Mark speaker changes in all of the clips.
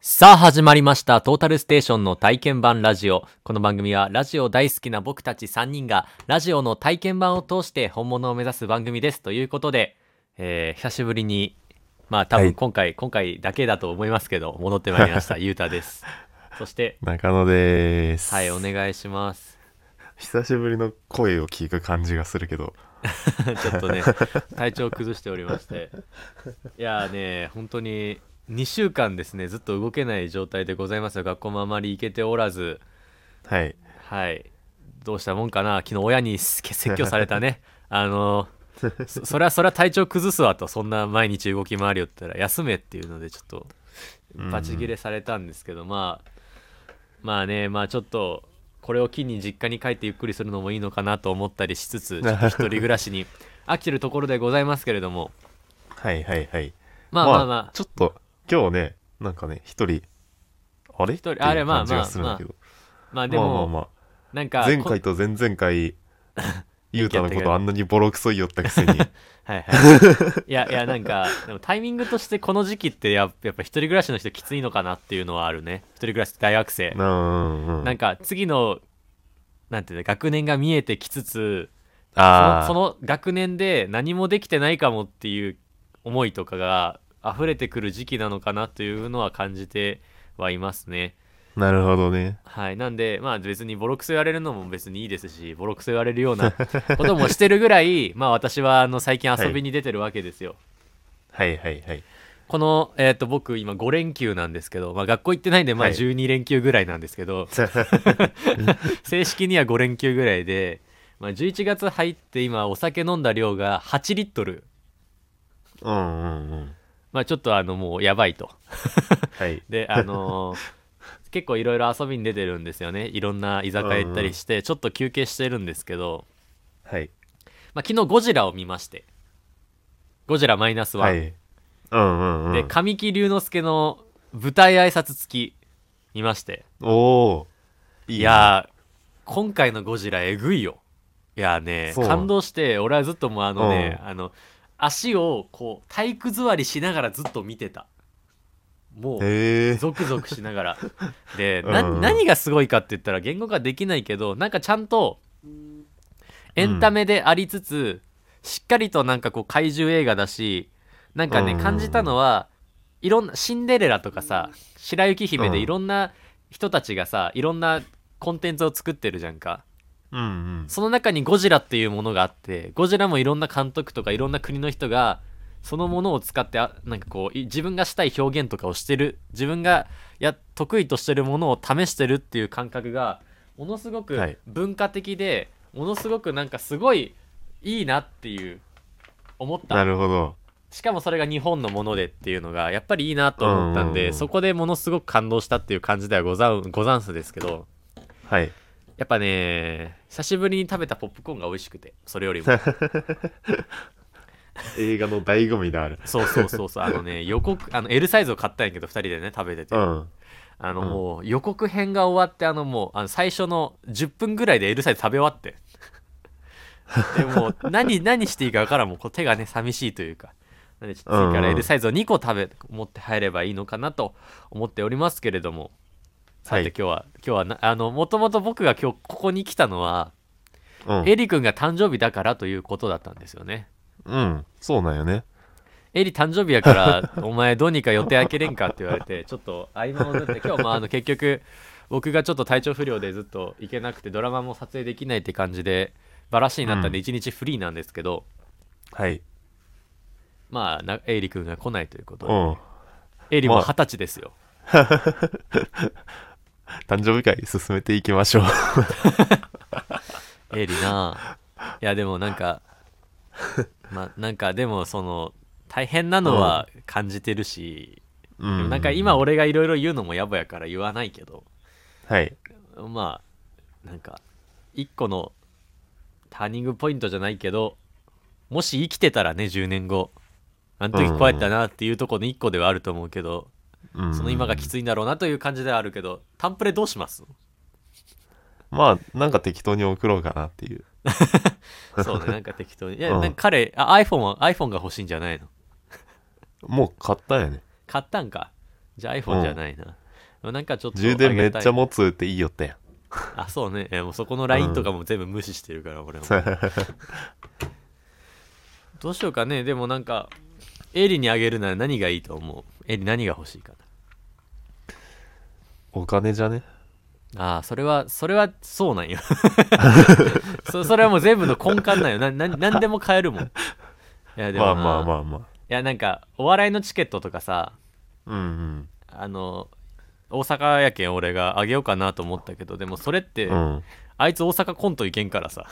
Speaker 1: さあ始まりました。トータルステーションの体験版ラジオ。この番組はラジオ大好きな僕たち3人がラジオの体験版を通して本物を目指す番組です。ということで、えー久しぶりに、まあ多
Speaker 2: は
Speaker 1: 分
Speaker 2: い
Speaker 1: 今回、今回だけだと思いますけど、戻ってまいりま した。ゆうたです。そして、
Speaker 2: 中野です。
Speaker 1: はい、お願いします。
Speaker 2: 久しぶりの声を聞く感じがするけど。
Speaker 1: ちょっとね、体調を崩しておりまして。いやーね、本当に2週間ですね、ずっと動けない状態でございますよ。学校もあまり行けておらず、
Speaker 2: はい。
Speaker 1: はい。どうしたもんかな、昨日親に説説教された ね。あのそそりゃそりゃ体調崩すわとそんな毎日動き回りよったら休めっていうのでちょっと
Speaker 2: うん
Speaker 1: バチ切れされたんですけど、まあまあねまあちょっとこれを機に実家に帰ってゆっくりするのもいいのかなと思ったりしつ つちょっと一人暮らしに飽きてるところでございますけれども
Speaker 2: はいはいはい。
Speaker 1: まあまあまあ
Speaker 2: ちょっと、今日ね、なんかね、一人、あれ
Speaker 1: 人
Speaker 2: っていう
Speaker 1: あれまあ
Speaker 2: 感じがするんだけど。
Speaker 1: まあで
Speaker 2: まあまあ
Speaker 1: も
Speaker 2: ま
Speaker 1: なん
Speaker 2: あ
Speaker 1: か。
Speaker 2: 前
Speaker 1: こ
Speaker 2: 回と前々 回、ゆうたのこ
Speaker 1: やって
Speaker 2: とあんなにボロクソ言いよったく せに。
Speaker 1: はいはい。 いやいやなんかでもタイミングとしてこの時期ってややっぱ一人暮らしの人きついのかなっていうのはあるね。一人暮らし大学生。
Speaker 2: うんうんうん。
Speaker 1: なんか次のなんていうの学年が見えてきつつそ
Speaker 2: あ
Speaker 1: の
Speaker 2: ー
Speaker 1: その学年で何もできてないかもっていう思いとかが溢れてくる時期なのかなというのは感じてはいますね。
Speaker 2: なるほどね。
Speaker 1: はい、なんで、まあ、別にボロクソ言われるのも別にいいですしボロクソ言われるようなこともしてるぐらいまあ私はあの最近遊びに出てるわけですよ。
Speaker 2: はいはいはい。
Speaker 1: この、えー、と僕今5連休なんですけど、まあ、学校行ってないんで、まあ、
Speaker 2: はい
Speaker 1: 12連休ぐらいなんですけ ど、正式には5連休ぐらいで、まあ、11月入って今お酒飲んだ量が8リットル、
Speaker 2: うんうんうん。
Speaker 1: まあ、ちょっとあのもうやばいと
Speaker 2: はい。
Speaker 1: であの ー結構いろいろ遊びに出てるんですよねいろんな居酒屋行ったりして、ちょっと休憩してるんですけど、
Speaker 2: はい。
Speaker 1: まあ、昨日ゴジラを見ましてゴジラマイナスワ
Speaker 2: は
Speaker 1: ン、
Speaker 2: い。うんうんう
Speaker 1: で
Speaker 2: ん。
Speaker 1: 神木隆之介の舞台挨拶付き見まして
Speaker 2: おー。い
Speaker 1: い
Speaker 2: ね
Speaker 1: やー今回のゴジラえぐいよいやーね
Speaker 2: そう
Speaker 1: 感動して俺はずっともうあのね、あの足をこう体育座りしながらずっと見てたもう
Speaker 2: へえ。
Speaker 1: ゾクゾクしながら でな
Speaker 2: うん
Speaker 1: 何がすごいかって言ったら言語化できないけどなんかちゃんとエンタメでありつつ、しっかりとなんかこう怪獣映画だしなんかね、
Speaker 2: うん
Speaker 1: 感じたのはいろんなシンデレラとかさ白雪姫でいろんな人たちがさいろんなコンテンツを作ってるじゃんか
Speaker 2: うんうん。
Speaker 1: その中にゴジラっていうものがあってゴジラもいろんな監督とかいろんな国の人がそのものを使ってあなんかこうい自分がしたい表現とかをしてる自分がや得意としてるものを試してるっていう感覚がものすご
Speaker 2: は
Speaker 1: く
Speaker 2: い
Speaker 1: 文化的で、ものすごくなんかすごいいいなっていう思っ
Speaker 2: な
Speaker 1: た
Speaker 2: るほど。
Speaker 1: しかもそれが日本のものでっていうのがやっぱりいいなと思ったんで、
Speaker 2: うんうんうん
Speaker 1: そこでものすごく感動したっていう感じではござんござんすですけど。
Speaker 2: はい。
Speaker 1: やっぱね久しぶりに食べたポップコーンが美味しくてそれよりも
Speaker 2: 映画の醍醐味である。
Speaker 1: そうそうそうそうあのね予告あの L サイズを買ったんやけど2人でね食べてて、
Speaker 2: うん。
Speaker 1: あの
Speaker 2: うん
Speaker 1: もう予告編が終わってあのもうあの最初の10分ぐらいで L サイズ食べ終わっ てでもう何何していいか分からんもうこう手がね寂しいというかなんでちょっと次か
Speaker 2: うん
Speaker 1: ら
Speaker 2: うん
Speaker 1: L サイズを2個食べ持って入ればいいのかなと思っておりますけれどもさ
Speaker 2: は
Speaker 1: て
Speaker 2: い
Speaker 1: 今日は、今日はなあのもともと僕が今日ここに来たのは
Speaker 2: うん。
Speaker 1: エリ君が誕生日だからということだったんですよね。
Speaker 2: うん。そうなんよね。
Speaker 1: エリ誕生日やから お前どうにか予定開けれんかって言われてちょっと合間を縫って今日まああの結局僕がちょっと体調不良でずっと行けなくてドラマも撮影できないって感じでバラシになったんで
Speaker 2: うん
Speaker 1: 1日フリーなんですけど、
Speaker 2: はい。
Speaker 1: まあなエイリ君が来ないということ
Speaker 2: うん。
Speaker 1: で、エイリも
Speaker 2: まあ
Speaker 1: 二十歳ですよ、
Speaker 2: 誕生日会進めていきま しょう。
Speaker 1: エイリなあいやでもなん かまあなんかでもその大変なのは感じてるし、
Speaker 2: う
Speaker 1: でも
Speaker 2: ん。
Speaker 1: なんか今。俺がいろいろ言うのもやぼやから言わないけど
Speaker 2: はい。
Speaker 1: まあなんか一個のターニングポイントじゃないけどもし生きてたらね10年後あの時こうやったなっていうところの一個ではあると思うけど、
Speaker 2: うん。
Speaker 1: その今がき
Speaker 2: い。
Speaker 1: ついんだろうなという感じではあるけどタンプレどうします
Speaker 2: まあ、なんか適当に送ろうかなっていう。
Speaker 1: そうねなんか適当にいや、
Speaker 2: うん
Speaker 1: なんか彼あ iPhone は iPhone が欲しいんじゃないの
Speaker 2: もう買ったよね。
Speaker 1: 買ったんかじゃあ iPhone じゃないな。でもなんかちょっと
Speaker 2: 充電めっちゃ
Speaker 1: も
Speaker 2: 持つっていいよって
Speaker 1: あそうねえもうそこの LINE とかも全部無視してるから、俺も
Speaker 2: やん
Speaker 1: どうしようかねでもなんかエリにあげるなら何がいいと思うエリ何が欲しいか
Speaker 2: お金じゃね
Speaker 1: なああそれはそれはそうなん よそそれはもう全部の根幹なんよなな何でも買えるもんいやでも
Speaker 2: ま
Speaker 1: な
Speaker 2: あまあまあまあ
Speaker 1: いやなんかお笑いのチケットとかさ
Speaker 2: うんうん
Speaker 1: あの大阪やけん俺があげようかなと思ったけどでもそれって、
Speaker 2: うん
Speaker 1: あいつ大阪コント行けんからさ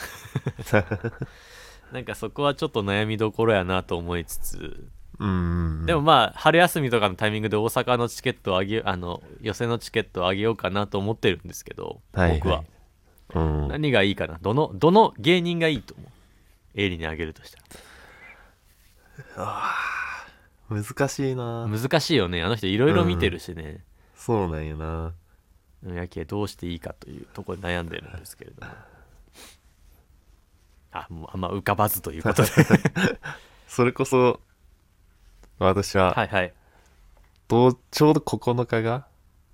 Speaker 1: なんかそこはちょっと悩みどころやなと思いつつ
Speaker 2: うんうん
Speaker 1: でもまあ春休みとかのタイミングで大阪のチケットをあげあの寄せのチケットをあげようかなと思ってるんですけど、
Speaker 2: はいはい
Speaker 1: 僕は
Speaker 2: うん
Speaker 1: 何がいいかなどのどの芸人がいいと思うエイリにあげるとした
Speaker 2: 難しいな
Speaker 1: ら難しいよねあの人いろいろ見てるしね、
Speaker 2: そうなんやな
Speaker 1: やけどうしていいかというところで悩んでるんですけれどもあもうあんま浮かばずという ことで
Speaker 2: それこそ私は、
Speaker 1: はいはい
Speaker 2: どうちょうど9日が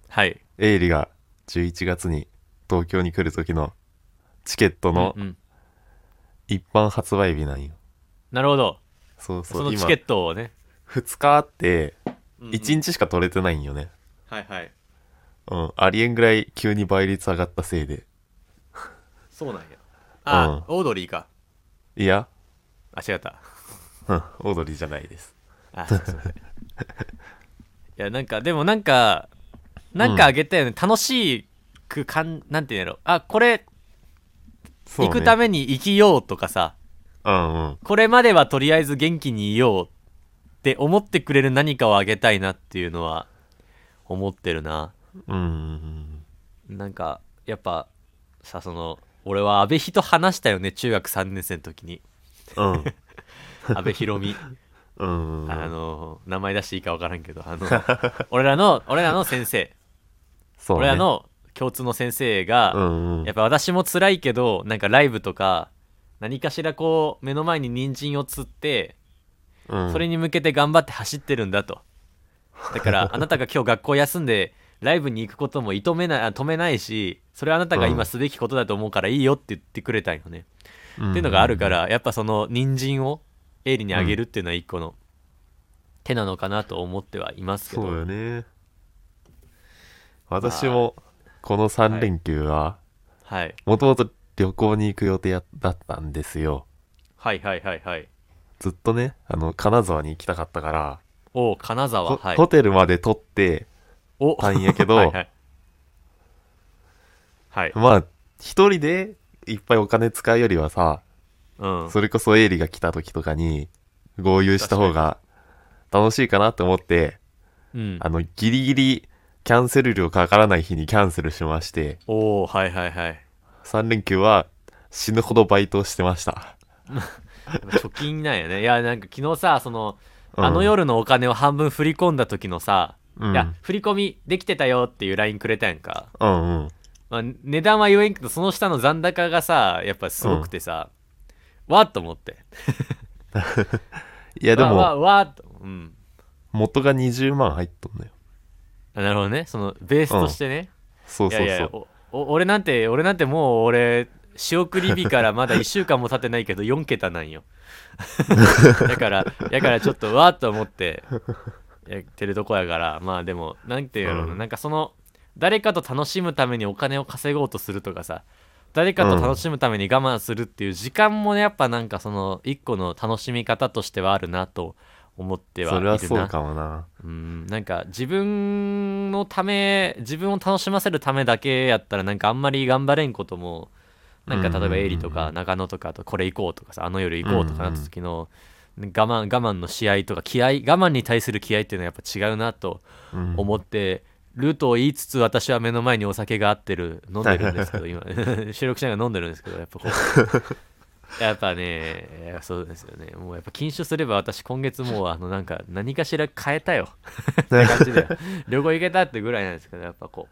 Speaker 1: はい
Speaker 2: エイリが11月に東京に来る時のチケットの
Speaker 1: うんうん
Speaker 2: 一般発売日なんよ、
Speaker 1: なるほど
Speaker 2: そう
Speaker 1: そ
Speaker 2: そう
Speaker 1: のチ
Speaker 2: 今
Speaker 1: ケットをね、
Speaker 2: 2日あって
Speaker 1: うんうん
Speaker 2: 1日しか取れてないんよね、
Speaker 1: はいはい
Speaker 2: うん、ありえんぐらい急に倍率上がったせいで
Speaker 1: そうなんやあ、オードリーか
Speaker 2: いや、
Speaker 1: あ違った
Speaker 2: うん、オードリーじゃないです
Speaker 1: あすいませんいやなんかでもなんかなんかあげたよね、楽しくかんなんていうんやろあこれ
Speaker 2: そう
Speaker 1: 行
Speaker 2: ね
Speaker 1: くために生きようとかさ、
Speaker 2: うんうん
Speaker 1: これまではとりあえず元気にいようって思ってくれる何かをあげたいなっていうのは思ってるな
Speaker 2: うんうん
Speaker 1: なんかやっぱさその俺は阿部比と話したよね中学3年生の時に
Speaker 2: うんうん
Speaker 1: 阿部寛 美
Speaker 2: うんうん
Speaker 1: あの名前出していいか分からんけどあ の俺らの俺らの先生、
Speaker 2: そうね
Speaker 1: 俺らの共通の先生
Speaker 2: う
Speaker 1: が、
Speaker 2: んうん
Speaker 1: やっぱ私も辛いけどなんかライブとか何かしらこう目の前に人参を釣って
Speaker 2: うん
Speaker 1: それに向けて頑張って走ってるんだと。だから、 あなたが今日学校休んで、ライブに行くことも止めないあ止めないし、それはあなたが今すべきことだと思うからいいよって言ってくれたんよね。っていうのがあるから、やっぱその人参をエイリにあげるっていうのは一個の手なのかなと思ってはいますけど。
Speaker 2: そうよね私もこの3連休は
Speaker 1: はい、
Speaker 2: もともと旅行に行く予定やだったんですよ
Speaker 1: はいはいはいはい。
Speaker 2: ずっとねあの金沢に行きたかったから、
Speaker 1: おう金沢。
Speaker 2: ホ
Speaker 1: はい。
Speaker 2: ホテルまで取って
Speaker 1: お
Speaker 2: たんやけど
Speaker 1: はいはい。はい。
Speaker 2: まあ一人でいっぱいお金使うよりはさ
Speaker 1: うん。
Speaker 2: それこそエイリが来た時とかに合流した方が楽しいかなって思って
Speaker 1: うん、
Speaker 2: あのギリギリキャンセル料かからない日にキャンセルしまして
Speaker 1: おおはいはいはい。
Speaker 2: 3連休は死ぬほどバイトをしてました
Speaker 1: 貯金なんやねいやなんか昨日さその、
Speaker 2: うん
Speaker 1: あの夜のお金を半分振り込んだ時のさ、
Speaker 2: うん
Speaker 1: いや振り込みできてたよっていう LINE くれたやんか、
Speaker 2: うんうん
Speaker 1: まあ、値段は言えんけどその下の残高がさやっぱすごくてさ、わーっと思って
Speaker 2: いやで
Speaker 1: わー
Speaker 2: も
Speaker 1: わーわーっとうん
Speaker 2: 元が20万入っとんのよ
Speaker 1: あなるほどねそのベースとしてね、
Speaker 2: そうそうそう
Speaker 1: いやいやおお俺なんて俺なんてもう俺仕送り日から まだ1週間も経ってないけど4桁なんよだからだからちょっとわーっと思ってやってるとこやからまあでもなんていうの、
Speaker 2: うん
Speaker 1: なんかその誰かと楽しむためにお金を稼ごうとするとかさ誰かと楽しむために我慢するっていう時間もねやっぱなんかその一個の楽しみ方としてはあるなと思ってはい
Speaker 2: そ
Speaker 1: る
Speaker 2: れ
Speaker 1: な
Speaker 2: はそうかもな
Speaker 1: うんなんか自分のため自分を楽しませるためだけやったらなんかあんまり頑張れんこともなんか
Speaker 2: うんうんうん
Speaker 1: 例えばエイリとか中野とかあとこれ行こうとかさあの夜行こうとかなった時の我慢我慢の試合とか気合我慢に対する気合っていうのはやっぱ違うなと
Speaker 2: うん
Speaker 1: 思ってルートを言いつつ私は目の前にお酒が合ってる飲んでるんです けど今 収録しながら飲んでるんですけどやっぱこう やっぱねいやそうですよねもうやっぱ禁酒すれば私今月もうあのなんか何かしら変えた よって感じで旅行行けたってぐらいなんですけどやっぱこ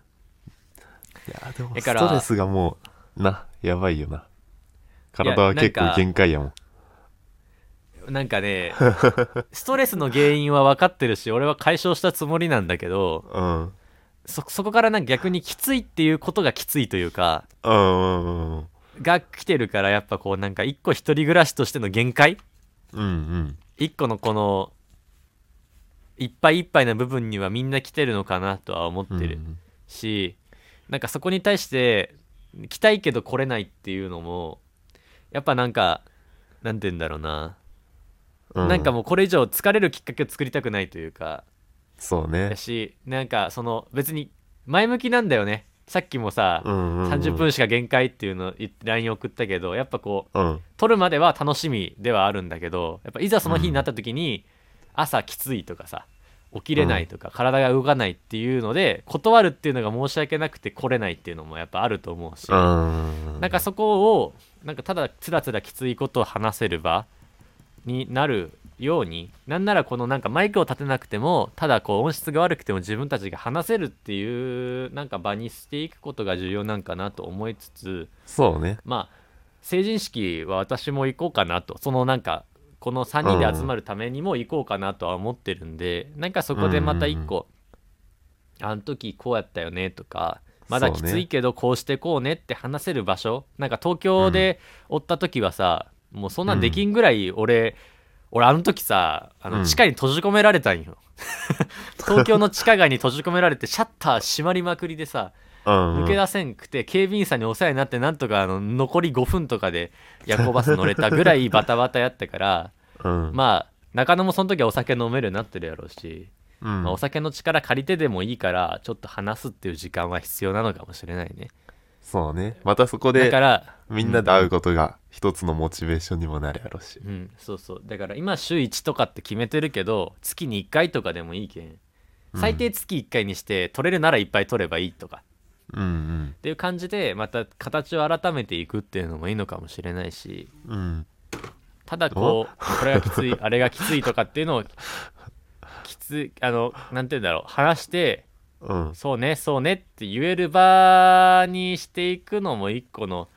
Speaker 1: う
Speaker 2: いやでも
Speaker 1: だ
Speaker 2: ス
Speaker 1: から
Speaker 2: トレスがもうなやばいよな体
Speaker 1: いや
Speaker 2: は結
Speaker 1: なん
Speaker 2: 構
Speaker 1: か
Speaker 2: 限界やもん
Speaker 1: なんか ねストレスの原因は分かってるし俺は解消したつもりなんだけど
Speaker 2: うん
Speaker 1: そそこからなんか逆にきついっていうことがきついというか
Speaker 2: うんうんうん
Speaker 1: が来てるからやっぱこうなんか一個一人暮らしとしての限界
Speaker 2: うんうん
Speaker 1: 一個のこのいっぱいいっぱいな部分にはみんな来てるのかなとは思っ
Speaker 2: うん
Speaker 1: てるし、なんかそこに対して来たいけど来れないっていうのもやっぱなんかなんて言うんだろうな、
Speaker 2: うん
Speaker 1: なんかもうこれ以上疲れるきっかけを作りたくないというか
Speaker 2: そう
Speaker 1: だ
Speaker 2: ね
Speaker 1: しなんかその別に前向きなんだよねさっきもさ、
Speaker 2: うんうんうん
Speaker 1: 30分しか限界っていうの言って LINE 送ったけどやっぱこう
Speaker 2: うん
Speaker 1: 撮るまでは楽しみではあるんだけどやっぱいざその日になった時に朝きついとかさ起きれないとか、体が動かないっていうので断るっていうのが申し訳なくて来れないっていうのもやっぱあると思うし、
Speaker 2: うん
Speaker 1: なんかそこをなんかただつらつらきついことを話せる場になるようになんならこのなんかマイクを立てなくてもただこう音質が悪くても自分たちが話せるっていうなんか場にしていくことが重要なんかなと思いつつ
Speaker 2: そうね
Speaker 1: まあ成人式は私も行こうかなとそのなんかこの3人で集まるためにも行こうかなとは思ってるんで、なんかそこでまた一個、あの時こうやったよねとかまだ
Speaker 2: そう
Speaker 1: き
Speaker 2: ね
Speaker 1: ついけどこうしてこうねって話せる場所、なんか東京でおった時はさ、もうそんなんできんぐらい俺、俺あの時さあ
Speaker 2: う
Speaker 1: の
Speaker 2: ん
Speaker 1: 地下に閉じ込められたんよ 東京の地下街に閉じ込められてシャッター閉まりまくりでさ、
Speaker 2: うんうん
Speaker 1: 抜け出せんくて警備員さんにお世話になってなんとかあの残り5分とかで夜行バス乗れたぐらいバタバタやったから
Speaker 2: うん
Speaker 1: まあ中野もその時はお酒飲めるようになってるやろうし、
Speaker 2: うん
Speaker 1: まあ、お酒の力借りてでもいいからちょっと話すっていう時間は必要なのかもしれないね
Speaker 2: そうねまたそこ
Speaker 1: だ
Speaker 2: で
Speaker 1: から
Speaker 2: みんなで会うことが一つのモチベーションにもなるやろうし
Speaker 1: うんそうそうだから今週1とかって決めてるけど月に1回とかでもいいけん最低月1回にして取れるならいっぱい取ればいいとか
Speaker 2: うん
Speaker 1: っていう感じでまた形を改めていくっていうのもいいのかもしれないし
Speaker 2: うんうん
Speaker 1: ただこうこれがきつい あれがきついとかっていうのをきついあのなんて言うんだろう話して
Speaker 2: うん
Speaker 1: そうねそうねって言える場にしていくのも一個の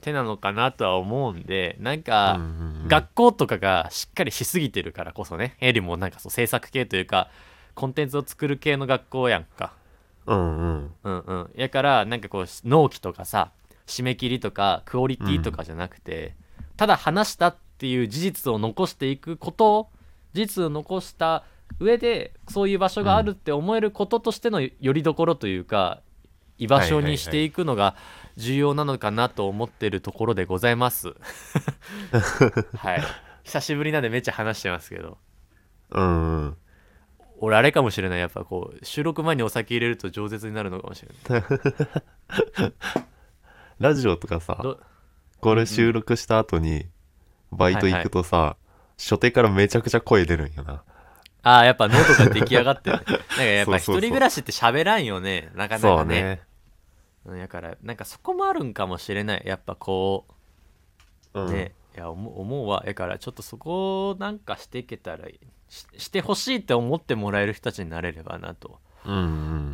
Speaker 1: 手なのかなとは思うんでなんか、
Speaker 2: うんうんうん
Speaker 1: 学校とかがしっかりしすぎてるからこそねエリもなんかそう制作系というかコンテンツを作る系の学校やんか
Speaker 2: うんうん
Speaker 1: うんうんやからなんかこう納期とかさ締め切りとかクオリティとかじゃなくて、ただ話したっていう事実を残していくことを事実を残した上でそういう場所があるって思えることとしてのよりどころというか居場所にしていくのが重要なのかなと思ってるところでございます。はい、久しぶりなんでめっちゃ話してますけど
Speaker 2: うんうん
Speaker 1: 俺あれかもしれないやっぱこう収録前にお酒入れると饒舌になるのかもしれない。
Speaker 2: ラジオとかさ
Speaker 1: ど
Speaker 2: これ収録した後にバイト行くとさ、初手からめちゃくちゃ声出るんよな
Speaker 1: ああ、やっぱノートが出来上が ってる。なんかやっぱ一
Speaker 2: そうそうそう
Speaker 1: 人暮らしって喋らんよね、なかな
Speaker 2: そ
Speaker 1: か
Speaker 2: う
Speaker 1: ね。
Speaker 2: ね
Speaker 1: うんだから、なんかそこもあるんかもしれない。やっぱこ
Speaker 2: う
Speaker 1: う、
Speaker 2: ん
Speaker 1: ね、いや思う、思うわ。だから、ちょっとそこをなんかしていけたらいい。ししてほしいって思ってもらえる人たちになれればなと
Speaker 2: うんうんう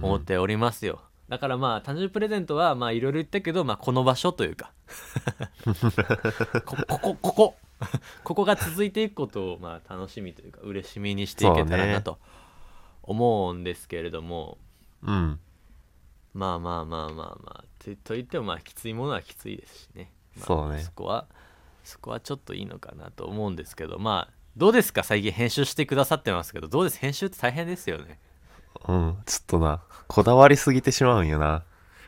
Speaker 1: 思っ
Speaker 2: ん
Speaker 1: ておりますよ。だからまあ、誕生日プレゼントは、まあいろいろ言ったけど、まあこの場所という か。こここ、ここ。ここが続いていくことを、まあ楽しみというか、嬉しみにしていけたらなと思うんですけれども。
Speaker 2: うん
Speaker 1: まあまあまあまあまあとと言ってもまあきついものはきついですしね、まあ
Speaker 2: そうね
Speaker 1: そこはそこはちょっといいのかなと思うんですけどまあどうですか最近編集してくださってますけどどうです編集って大変ですよね
Speaker 2: うんちょっとなこだわりすぎてしまうんよな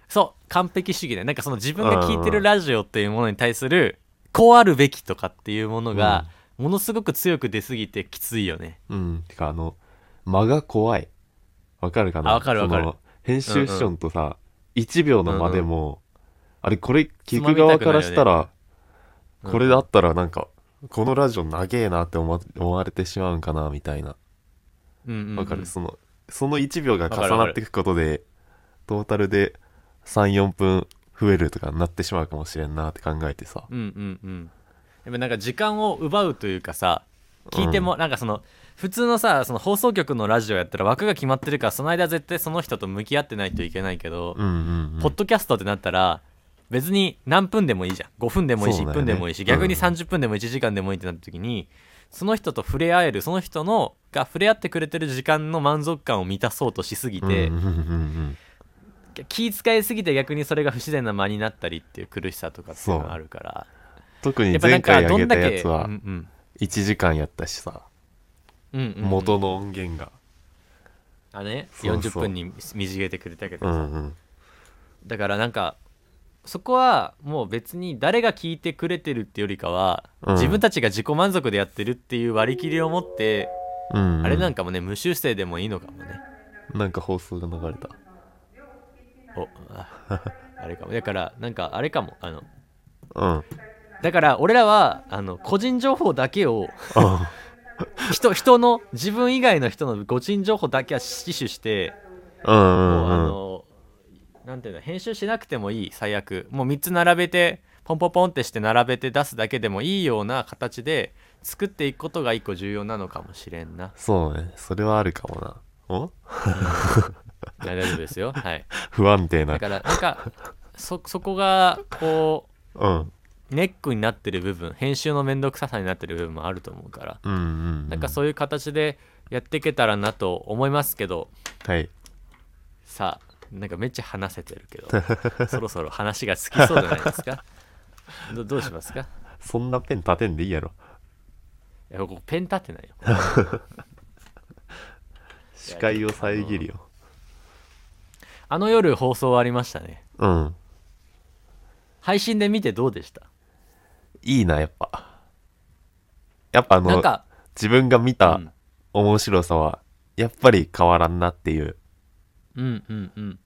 Speaker 1: そう完璧主義ねなんかその自分
Speaker 2: うん
Speaker 1: が
Speaker 2: うん
Speaker 1: 聞いてるラジオっていうものに対するこうあるべきとかっていうものがものすごく強く出すぎてきついよね
Speaker 2: うんてかあの間が怖いわかるかな
Speaker 1: あわかるわかる
Speaker 2: その編集ションとさ、1秒の間でも、あれこれ聞く
Speaker 1: つまみ
Speaker 2: 側
Speaker 1: たくなる
Speaker 2: か
Speaker 1: よ
Speaker 2: ら
Speaker 1: ね
Speaker 2: したら、
Speaker 1: うん
Speaker 2: これだったらなんかこのラジオ長えなって思わ思われてしまうんかなみたいな
Speaker 1: うんうんうん
Speaker 2: わかる、そのその1秒が重
Speaker 1: わか
Speaker 2: な
Speaker 1: る
Speaker 2: っていくことでトータルで34分増えるとかになってしまうかもしれんなって考えてさ
Speaker 1: うんうんうんやっぱなんか時間を奪うというかさ聞いても、なんかその普通のさその放送局のラジオやったら枠が決まってるからその間絶対その人と向き合ってないといけないけど、
Speaker 2: うんうん、うん、
Speaker 1: ポッドキャストってなったら別に何分でもいいじゃん5分でもいいし、
Speaker 2: そうだ
Speaker 1: 1
Speaker 2: よね
Speaker 1: 分でもいいし
Speaker 2: うん
Speaker 1: 逆に30分でも1時間でもいいってなった時に、その人と触れ合えるその人のが触れ合ってくれてる時間の満足感を満たそうとしすぎて、
Speaker 2: うんうんうんうん
Speaker 1: 気使いすぎて逆にそれが不自然な間になったりっていう苦しさとかっていうのがあるから
Speaker 2: 特
Speaker 1: や
Speaker 2: に
Speaker 1: っぱな
Speaker 2: 前
Speaker 1: んか
Speaker 2: 回
Speaker 1: ど
Speaker 2: あげ
Speaker 1: ん
Speaker 2: た
Speaker 1: だけ
Speaker 2: やつは
Speaker 1: うんうん
Speaker 2: 1時間やったしさ、
Speaker 1: うんうん
Speaker 2: 元の音源が
Speaker 1: あね
Speaker 2: そうそ
Speaker 1: 40
Speaker 2: う
Speaker 1: 分に短げてくれたけど
Speaker 2: う
Speaker 1: さ、
Speaker 2: んうん
Speaker 1: だからなんかそこはもう別に誰が聞いてくれてるってよりかは、
Speaker 2: うん
Speaker 1: 自分たちが自己満足でやってるっていう割り切りを持って、
Speaker 2: うんうん
Speaker 1: あれなんかもね無修正でもいいのかもね
Speaker 2: なんか放送が流れた
Speaker 1: おあ あれかもだからなんかあれかもあの
Speaker 2: うん
Speaker 1: だから俺らはあの個人情報だけを
Speaker 2: あ
Speaker 1: 人人の自分以外の人の個人情報だけは死守して、
Speaker 2: うんう
Speaker 1: もうあ
Speaker 2: んうん
Speaker 1: のなんていうの編集しなくてもいい最悪もう3つ並べてポンポンポンってして並べて出すだけでもいいような形で作っていくことが一個重要なのかもしれん な
Speaker 2: そうねそれはあるかもなお
Speaker 1: いや大丈夫ですよはい
Speaker 2: 不安定な
Speaker 1: だからなんかそそこがこ
Speaker 2: うん
Speaker 1: うネックになってる部分編集の面倒くささになってる部分もあると思うから
Speaker 2: うんうん
Speaker 1: なんか
Speaker 2: う
Speaker 1: そういう形でやっていけたらなと思いますけど
Speaker 2: んはい
Speaker 1: さあなんかめっちゃ話せてる けどそろそろ話がつきそうじゃないですかどどうしますか
Speaker 2: そんなペン立てんでいいやろ
Speaker 1: いやここペン立ってないよ
Speaker 2: 視界を遮るよ
Speaker 1: あの夜放送ありましたね
Speaker 2: うん
Speaker 1: 配信で見てどうでした
Speaker 2: いいなやっぱやっぱあ
Speaker 1: なん
Speaker 2: の
Speaker 1: か、
Speaker 2: 自分が見
Speaker 1: う
Speaker 2: た
Speaker 1: ん、
Speaker 2: 面白さはやっぱり変わらんなっていう
Speaker 1: うんうんうん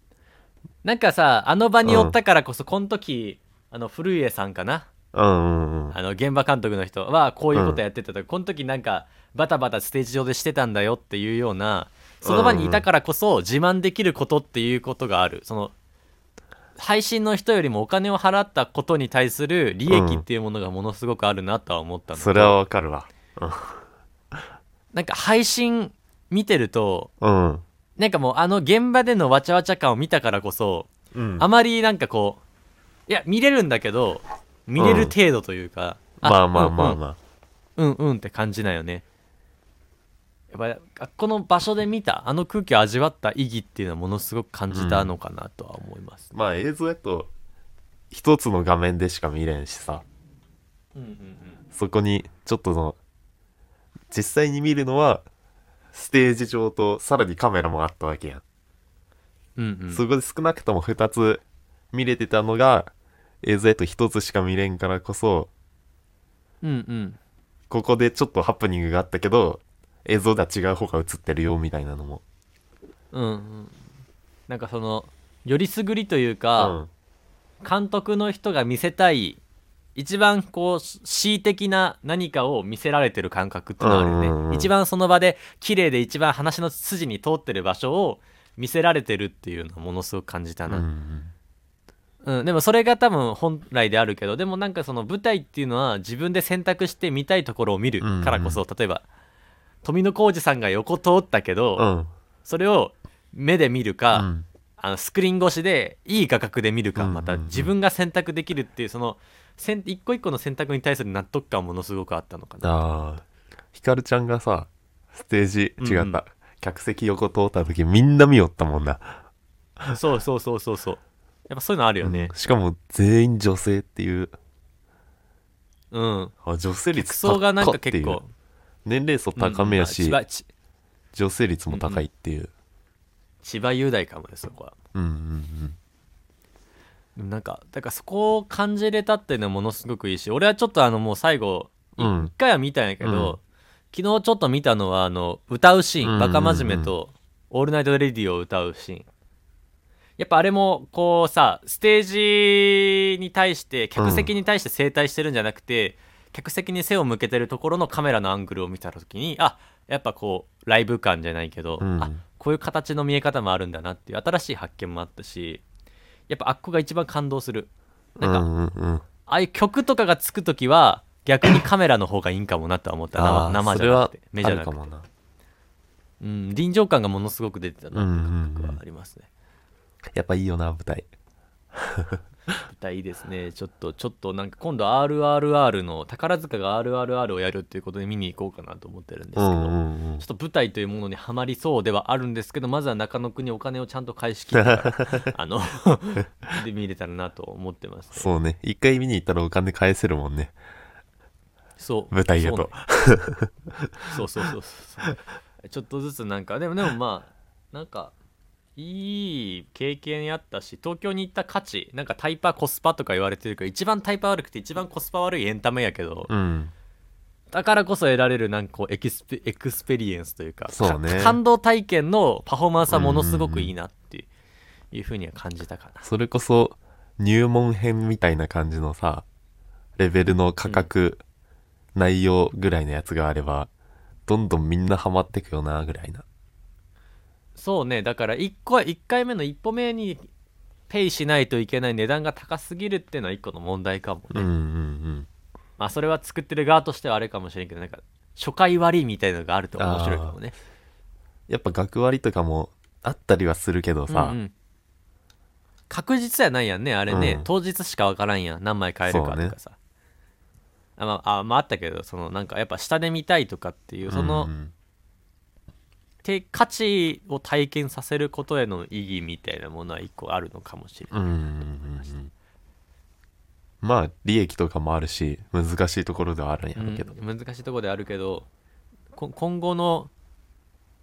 Speaker 1: なんかさあの場におったからこそ、この時あの古家さんかな
Speaker 2: うんうんうん
Speaker 1: あの現場監督の人はこういうことやってたとか、この時なんかバタバタステージ上でしてたんだよっていうようなその場にいたからこそ自慢できることっていうことがあるその配信の人よりもお金を払ったことに対する利益っていうものがものすごくあるなとは思ったのと
Speaker 2: それはわかるわ
Speaker 1: なんか配信見てると
Speaker 2: うん
Speaker 1: なんかもうあの現場でのわちゃわちゃ感を見たからこそ
Speaker 2: うん
Speaker 1: あまりなんかこういや見れるんだけど見れる程度というか、
Speaker 2: まあまあまあ
Speaker 1: うん
Speaker 2: ま
Speaker 1: うんうんって感じなんよねやっぱりあこの場所で見たあの空気を味わった意義っていうのはものすごく感じたのかなとは思います
Speaker 2: あ、まあ映像やと一つの画面でしか見れんしさ
Speaker 1: うんうん
Speaker 2: そこにちょっとその実際に見るのはステージ上とさらにカメラもあったわけやん、
Speaker 1: うんうんうん
Speaker 2: そこで少なくとも2つ見れてたのが映像やと1つしか見れんからこそ
Speaker 1: うんうん
Speaker 2: ここでちょっとハプニングがあったけど映像では違う方が映ってるよみたいなのも
Speaker 1: うんうんなんかそのよりすぐりというか、
Speaker 2: うん
Speaker 1: 監督の人が見せたい一番こう恣意的な何かを見せられてる感覚ってのあるよね、
Speaker 2: うんうんうん
Speaker 1: 一番その場で綺麗で一番話の筋に通ってる場所を見せられてるっていうのはものすごく感じた
Speaker 2: う
Speaker 1: な、
Speaker 2: ん
Speaker 1: うん、でもそれが多分本来であるけどでもなんかその舞台っていうのは自分で選択して見たいところを見るからこそ、例えば富野浩二さんが横通ったけど、
Speaker 2: うん
Speaker 1: それを目で見るか、
Speaker 2: うん
Speaker 1: あのスクリーン越しでいい画角で見るか、
Speaker 2: うんうんうん
Speaker 1: また自分が選択できるっていうその選一個一個の選択に対する納得感はものすごくあったのかな
Speaker 2: ああひかるちゃんがさステージ違った、
Speaker 1: うんうん
Speaker 2: 客席横通った時みんな見よったもんな
Speaker 1: そうそうそうそうそうやっぱそういうのあるよね
Speaker 2: うんしかも全員女性っていう
Speaker 1: うん、
Speaker 2: あ女性率
Speaker 1: 服装がなんか結
Speaker 2: 高っ
Speaker 1: 構
Speaker 2: ていう年齢層高めやし、
Speaker 1: うんあ千葉ち
Speaker 2: 女性率も高いっていう
Speaker 1: 千葉雄大かもねそこは
Speaker 2: うんうん
Speaker 1: なんかだからそこを感じれたっていうのはものすごくいいし俺はちょっとあのもう最後い
Speaker 2: うんうん
Speaker 1: 一回は見たんやけ
Speaker 2: うん
Speaker 1: ど、昨日ちょっと見たのはあの歌うシーン、
Speaker 2: うん
Speaker 1: バカ真面目と「オールナイトレディ」を歌うシーンやっぱあれもこうさステージに対して客席に対して正対してるんじゃなくて、客席に背を向けてるところのカメラのアングルを見た時にあやっぱこうライブ感じゃないけど、
Speaker 2: うん
Speaker 1: あこういう形の見え方もあるんだなっていう新しい発見もあったしやっぱあっこが一番感動する
Speaker 2: う
Speaker 1: なんんか、
Speaker 2: うんうん
Speaker 1: ああいう曲とかがつく時は逆にカメラの方がいいんかもなとは思った
Speaker 2: あ
Speaker 1: 生
Speaker 2: あ
Speaker 1: 生
Speaker 2: そ
Speaker 1: じ
Speaker 2: れ
Speaker 1: ゃな
Speaker 2: は
Speaker 1: くてメジャー
Speaker 2: ある
Speaker 1: な
Speaker 2: か
Speaker 1: くて
Speaker 2: もな
Speaker 1: うん臨場感がものすごく出てたなって感覚はありますね、
Speaker 2: やっぱいいよな舞台
Speaker 1: 舞台いいですねちょっとちょっとなんか今度 RRR の宝塚が RRR をやるっていうことで見に行こうかなと思ってるんですけ
Speaker 2: う
Speaker 1: ど、
Speaker 2: んうんうん
Speaker 1: ちょっと舞台というものにはまりそうではあるんですけどまずは中野くんにお金をちゃんと返し切ってから あの で見れたらなと思ってます、ね、
Speaker 2: そうね一回見に行ったらお金返せるもんね
Speaker 1: そう
Speaker 2: 舞台やと
Speaker 1: そうそうそうそうそうちょっとずつなんかでもでもまあなんかいい経験やったし東京に行った価値なんかタイパコスパとか言われてるけど一番タイパ悪くて一番コスパ悪いエンタメやけど、
Speaker 2: うん
Speaker 1: だからこそ得られるなんかこうエキスペエクスペリエンスというか
Speaker 2: そうね
Speaker 1: か感動体験のパフォーマンスはものすごくいいなっていう,、いうふうには感じたかな
Speaker 2: それこそ入門編みたいな感じのさレベルの価格、内容ぐらいのやつがあればどんどんみんなハマってくよなぐらいな
Speaker 1: そうねだから1個一回目の一歩目にペイしないといけない値段が高すぎるっていうのは一個の問題かもね、
Speaker 2: うんうんうん
Speaker 1: まあそれは作ってる側としてはあれかもしれんけどなんか初回割りみたいのがあると面白いかもね
Speaker 2: やっぱ学割とかもあったりはするけどさ、
Speaker 1: うんうん確実やないやんねあれね、
Speaker 2: うん
Speaker 1: 当日しか分からんやん何枚買えるかとかさ、あまああまああったけどそのなんかやっぱ下で見たいとかっていうその、
Speaker 2: うんうん
Speaker 1: て価値を体験させることへの意義みたいなものは一個あるのかもしれない、
Speaker 2: うんうんうんうんまあ利益とかもあるし難しいところではあるんやろうけど、
Speaker 1: うん難しいところであるけどこ今後の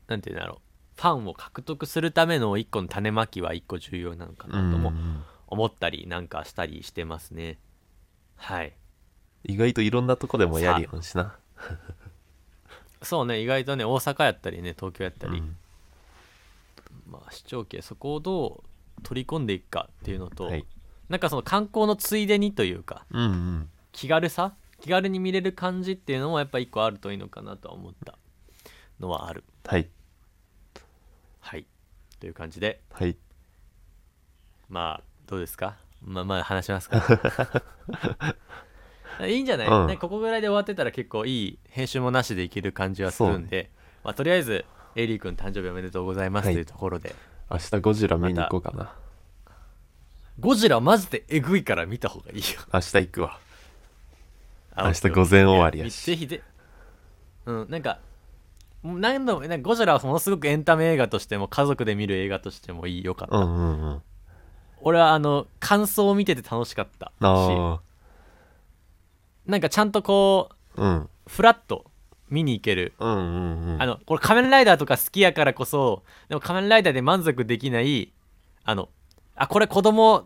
Speaker 1: なんていうんだろうファンを獲得するための一個の種まきは一個重要なのかなとも
Speaker 2: うんうん
Speaker 1: 思ったりなんかしたりしてますねはい
Speaker 2: 意外といろんなとこでもやりよんしな、
Speaker 1: そうね意外とね大阪やったりね東京やった
Speaker 2: う
Speaker 1: り、
Speaker 2: ん
Speaker 1: まあ、視聴系そこをどう取り込んでいくかっていうのと、
Speaker 2: はい、
Speaker 1: なんかその観光のついでにというか
Speaker 2: うんうん
Speaker 1: 気軽さ気軽に見れる感じっていうのもやっぱ一個あるといいのかなとは思ったのはある
Speaker 2: はい
Speaker 1: はいという感じで
Speaker 2: はい
Speaker 1: まあどうですかまあまあ話しますかいいんじゃない、
Speaker 2: うん
Speaker 1: ねここぐらいで終わってたら結構いい編集もなしでいける感じはするんで、まあ、とりあえずエイリー君誕生日おめでとうございます
Speaker 2: はい
Speaker 1: というところで、
Speaker 2: 明日ゴジラ見に行こうかな
Speaker 1: ゴジラマジでエグいから見た方がいいよ
Speaker 2: 明日行くわ
Speaker 1: あ
Speaker 2: 明日午前終わりやし
Speaker 1: ぜひぜうんなんかもう何度もなんかゴジラはものすごくエンタメ映画としても家族で見る映画としてもいいよかった、
Speaker 2: うんうんうん
Speaker 1: 俺はあの感想を見てて楽しかったし
Speaker 2: あ
Speaker 1: なんかちゃんとこ
Speaker 2: あうん
Speaker 1: うフラッと見に行ける
Speaker 2: うんうんうん
Speaker 1: あのこれ仮面ライダーとか好きやからこそでも仮面ライダーで満足できないあのあこれ子供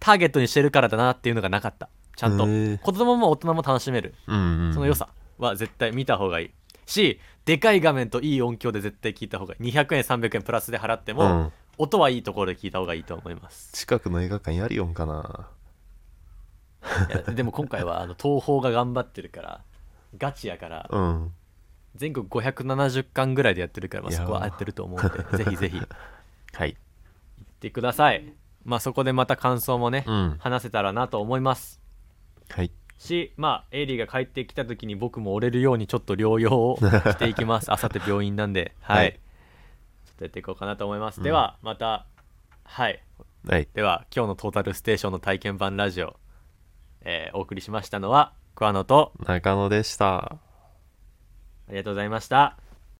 Speaker 1: ターゲットにしてるからだなっていうのがなかったちゃんと
Speaker 2: へー
Speaker 1: 子供も大人も楽しめる
Speaker 2: うんうん
Speaker 1: その良さは絶対見た方がいいしでかい画面といい音響で絶対聞いた方がいい200円300円プラスで払っても、
Speaker 2: うん
Speaker 1: 音はいいところで聞いた方がいいと思います
Speaker 2: 近くの映画館やりよんかない
Speaker 1: やでも今回はあの東宝が頑張ってるからガチやから
Speaker 2: うん
Speaker 1: 全国570巻ぐらいでやってるから、まあ、
Speaker 2: いや
Speaker 1: そこはやってると思うん でぜひぜひ行
Speaker 2: はい
Speaker 1: ってくださいまあそこでまた感想もね、
Speaker 2: うん
Speaker 1: 話せたらなと思います
Speaker 2: はい
Speaker 1: しまあエイリーが帰ってきた時に僕も折れるようにちょっと療養をしていき ますあさって病院なんではい、
Speaker 2: はい
Speaker 1: ちょっとやっていこうかなと思います、ではまたはい
Speaker 2: はい
Speaker 1: では今日のトータルステーションの体験版ラジオ、えーお送りしましたのは桑野と
Speaker 2: 中野でした
Speaker 1: ありがとうございました